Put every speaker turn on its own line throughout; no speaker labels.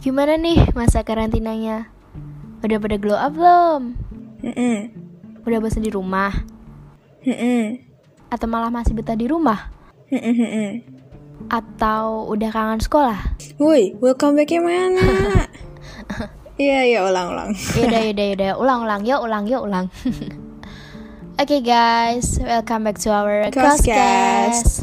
Gimana nih masa karantinanya? Udah pada glow up belum?
Mm-mm.
Udah bosan di rumah?
Mm-mm.
Atau malah masih betah di rumah?
Mm-mm, mm-mm.
Atau udah kangen sekolah?
Woi, welcome backnya mana? Iya, iya, ulang-ulang.
Yaudah, yaudah, yaudah Ulang-ulang, yuk ulang, yuk ulang Oke guys, welcome back to our Crosscast
Crosscast.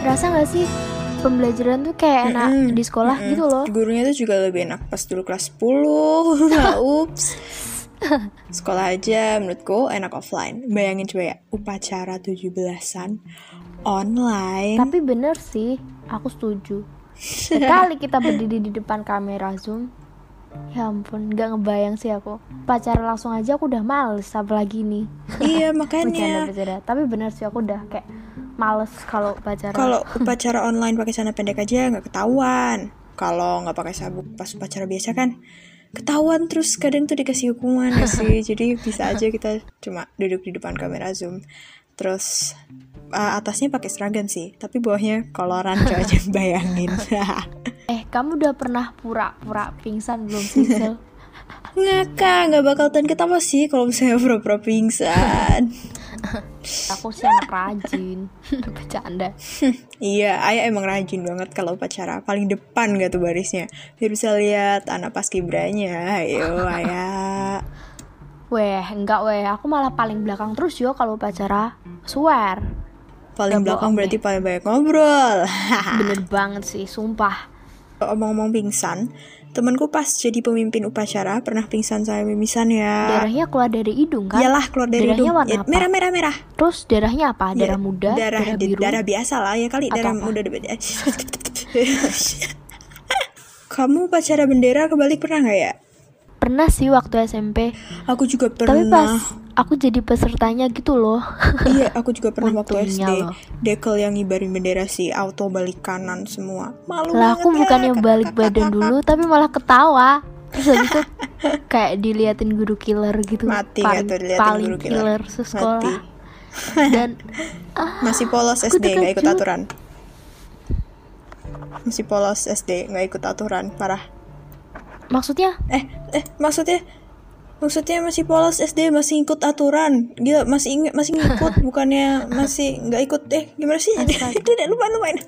Rasa gak sih pembelajaran tuh kayak enak
Mm-mm.
di sekolah
Mm-mm.
gitu loh
Mm. Gurunya tuh juga lebih enak pas dulu kelas 10. Nah, ups. Sekolah aja menurutku enak offline. Bayangin coba ya, upacara 17-an online.
Tapi bener sih, aku setuju. Sekali kita berdiri di depan kamera Zoom, ya ampun, nggak ngebayang sih aku. Pacaran langsung aja aku udah males, apalagi nih.
iya, makanya
Bercanda-bercanda. Tapi bener sih aku udah kayak males kalau pacaran.
kalau upacara online pakai celana pendek aja nggak ketahuan. Kalau nggak pakai sabuk pas upacara biasa kan ketahuan terus kadang tuh dikasih hukuman ya sih. Jadi bisa aja kita cuma duduk di depan kamera Zoom. Terus uh, atasnya pakai seragam sih, tapi bawahnya koloran coba aja bayangin.
Eh, kamu udah pernah pura-pura pingsan belum sih, Sel?
Ngakak, nggak bakal tahan ketawa sih kalau misalnya pura-pura pingsan.
Aku sih anak rajin. Bercanda.
Iya, ayah emang rajin banget kalau upacara. Paling depan gak tuh barisnya. Biar bisa lihat anak paskibranya. Ayo, ayah.
Weh, enggak weh. Aku malah paling belakang terus yo kalau pacara. Swear. Gak
Paling belakang
bohong
berarti paling banyak ngobrol.
Bener banget sih, sumpah.
Omong-omong pingsan, temanku pas jadi pemimpin upacara pernah pingsan saya mimisan ya.
Darahnya keluar dari hidung kan?
Iyalah keluar dari
Darahnya
hidung.
warna
Ya,
apa?
merah, merah, merah.
Terus darahnya apa? Darah
Ya,
muda, darah,
darah, di-
biru.
darah biasa lah ya kali
Atau
darah
apa?
muda. Kamu upacara bendera kebalik pernah nggak ya?
Pernah sih waktu SMP,
Aku juga
tapi
pernah.
pas aku jadi pesertanya gitu loh.
Iya, aku juga pernah waktu SD.
Untungnya loh.
Dekel yang ngibarin bendera sih, auto balik kanan semua. Malu
lah aku
banget ya.
bukannya balik badan dulu, tapi malah ketawa. Terus habis itu kayak diliatin guru killer gitu.
Mati
paling,
nggak tuh diliatin
paling
guru killer?
killer,
Mati.
sekolah. Dan ah,
Masih polos
Aku
SD nggak ikut
terkejut.
aturan. Masih polos SD nggak ikut aturan, parah.
maksudnya
Eh, eh maksudnya maksudnya masih polos SD masih ikut aturan. Gila, masih ingat masih ngikut bukannya masih nggak ikut. Eh, gimana sih? Tidak lupa lupain.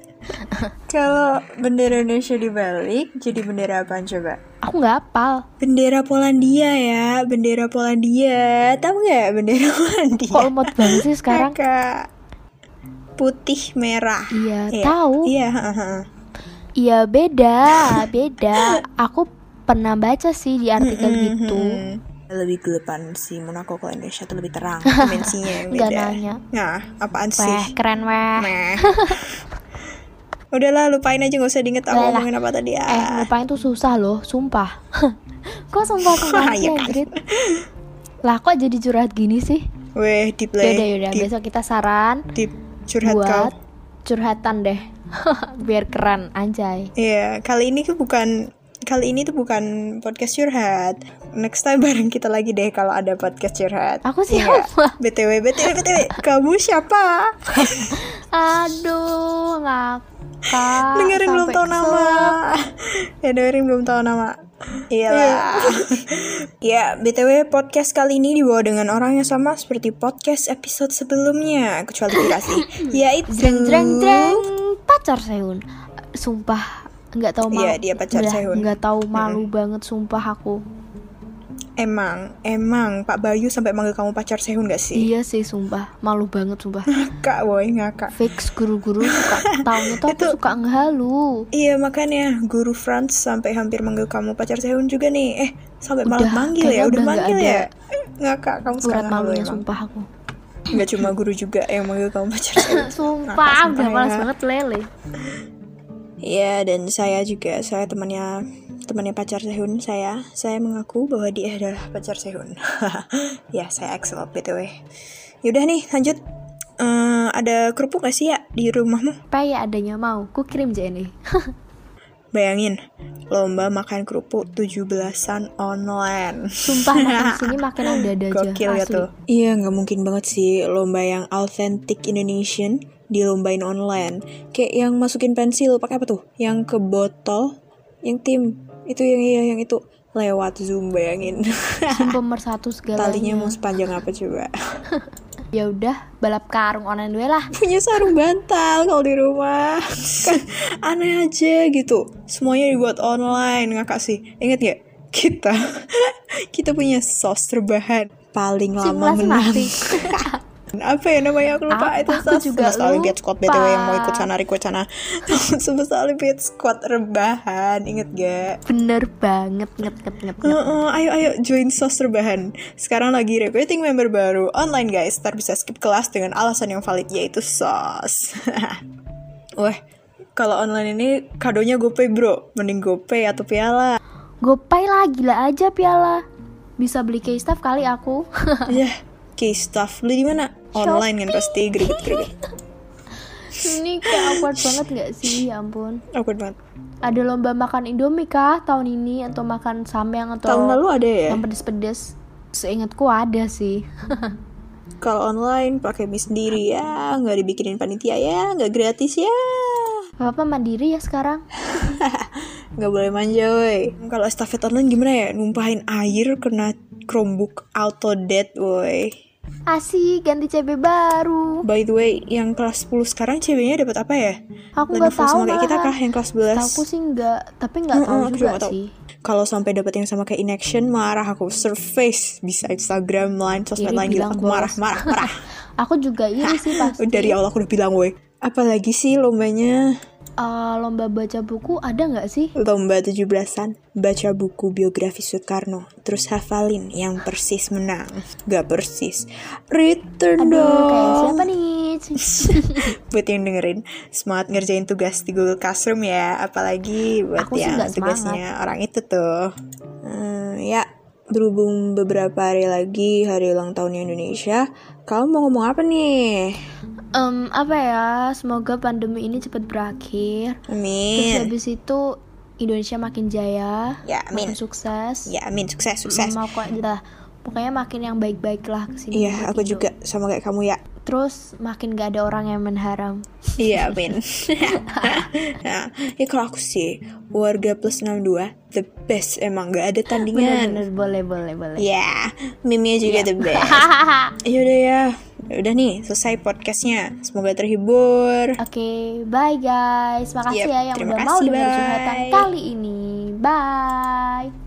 Kalau bendera Indonesia dibalik, jadi bendera apa coba?
aku nggak hafal.
Bendera Polandia ya, bendera Polandia. Tahu nggak bendera Polandia?
Kok lemot banget sih Oh, sekarang?
Kakak. Putih merah.
Iya, tahu.
Iya, haha.
Iya beda, beda. Aku pernah baca sih di artikel gitu.
Hmm. Lebih gelepan si Monaco kalau Indonesia tuh lebih terang dimensinya yang
Nggak
beda.
nanya.
Nah, apaan
Weh,
sih?
keren weh.
Meh. Udahlah, lupain aja nggak usah diinget aku
Udahlah.
ngomongin apa tadi ya.
Eh, lupain tuh susah loh, sumpah. kok sumpah sumpah sih,
Iya kan?
Anjrit? Lah kok jadi curhat gini sih?
Weh, deep leh.
Yaudah yaudah,
Deep,
besok kita saran
deep. iya. Curhat kau.
buat curhatan deh. Biar keren anjay.
Iya, kali ini tuh bukan kali ini tuh bukan podcast curhat. Next time bareng kita lagi deh kalau ada podcast curhat. Iya.
Aku
sih
siapa?
BTW, BTW, BTW. Kamu siapa?
Aduh, ngakak.
dengerin belum
sampai
tahu nama. ya dengerin belum tahu nama. Iya lah. ya, BTW podcast kali ini dibawa dengan orang yang sama seperti podcast episode sebelumnya, kecuali kita sih. Yaitu
Jreng jreng jreng pacar Sehun. Sumpah nggak tahu malu.
Iya, dia pacar
Udah,
Sehun.
Nggak tahu malu banget sumpah aku.
Emang, emang Pak Bayu sampai manggil kamu pacar Sehun gak sih?
Iya sih sumpah, malu banget sumpah.
Kak, boy, ngakak.
Fix guru-guru suka tahunya tuh aku suka ngehalu.
Iya makanya guru Franz sampai hampir manggil kamu pacar Sehun juga nih. Eh sampai malah
Udah,
manggil ya,
kayaknya
udah
udah nggak
manggil
ada
ya. Eh, Ngakak kamu
Surat
sekarang malu
malunya
emang.
sumpah aku.
Nggak cuma guru juga yang manggil kamu pacar Sehun.
Sumpah,
sumpah
udah malas
ya.
banget lele.
Iya dan saya juga saya temannya temannya pacar Sehun saya saya mengaku bahwa dia adalah pacar Sehun. ya saya excel btw. Yaudah nih lanjut. Eh, ada kerupuk gak sih ya di rumahmu?
Paya adanya mau, ku kirim aja ini.
Bayangin, lomba makan kerupuk 17-an online.
Sumpah makan sini makanan dada aja.
Gokil ya
asli.
tuh. Iya, nggak mungkin banget sih lomba yang authentic Indonesian dilombain online kayak yang masukin pensil pakai apa tuh yang ke botol yang tim itu yang iya yang itu lewat zoom bayangin
Tim pemersatu segalanya.
talinya mau sepanjang apa coba
Ya udah, balap karung online dulu lah.
punya sarung bantal kalau di rumah kan aneh aja gitu semuanya dibuat online ngakak sih inget gak kita kita punya sos terbahan paling lama
Simulasi
menang
mati.
apa ya namanya aku lupa
Apa?
itu
Aku
sos
juga
semesta olimpiad squad
lupa.
btw yang mau ikut sana ikut sana semesta olimpiad squad rebahan inget gak
Bener banget, nget nget nget. nget.
Heeh, ayo ayo join sos rebahan Sekarang lagi recruiting member baru online guys Ntar bisa skip kelas dengan alasan yang valid yaitu sos Wah kalau online ini kadonya gopay bro Mending gopay atau piala
Gopay lah, gila aja piala. Bisa beli case staff kali aku.
Yah Iya, K-Stuff beli di mana? Online kan pasti greget-greget
Ini kayak awkward banget gak sih, ya ampun.
Awkward banget
Ada lomba makan Indomie kah tahun ini atau makan samyang atau
Tahun lalu ada ya?
yang pedes-pedes? Seingatku ada sih.
Kalau online pakai mie sendiri ya nggak dibikinin panitia ya nggak gratis ya
Bapak mandiri ya sekarang?
nggak boleh manja woi kalau estafet online gimana ya numpahin air kena Chromebook auto dead woi
Asik, ganti CB baru.
by the way yang kelas 10 sekarang ceweknya dapat apa ya
Aku
Lagi
nggak
full
tahu
sama kayak kita
malahan.
kah yang kelas
Tahu
11
sih nggak, tapi nggak tahu
Mm-mm, aku juga
juga
nggak tahu.
sih.
kalau sampai dapat yang sama kayak inaction marah aku surface bisa Instagram lain sosmed
Iri
lain gila
bilang
aku
bos. Iya.
marah marah marah
Ah, Aku juga ini sih pasti.
dari awal aku udah bilang woi apalagi sih lombanya
Eh, lomba baca buku ada nggak sih?
Lomba 17-an, baca buku biografi Soekarno, terus hafalin yang persis menang. Gak persis. Return
Aduh, kayak
dong.
siapa nih?
Buat yang dengerin, semangat ngerjain tugas di Google Classroom ya. Apalagi buat
Aku sih
yang
nggak
tugasnya orang itu tuh. Hmm, ya, berhubung beberapa hari lagi hari ulang tahunnya Indonesia, kamu mau ngomong apa nih?
Em, apa ya? Semoga pandemi ini cepat berakhir. Terus
Amin.
habis itu Indonesia makin jaya,
Ya,
makin
amin.
sukses.
Ya, amin. Sukses, sukses.
Mau kok dah. Pokoknya makin yang baik-baik lah kesini.
Iya, aku juga sama kayak kamu ya.
Terus makin gak ada orang yang mengharam.
Iya, amin. nah, ya kalau aku sih, warga plus 62, the best emang. Gak ada tandingan.
Bener-bener boleh boleh boleh.
Ya, mimnya juga the best. Yaudah ya, udah nih, selesai podcastnya. Semoga terhibur.
Oke, bye guys. Makasih
Yep,
ya yang
terima
udah mau
kasih,
dengerin
bye.
curhatan kali ini. Bye.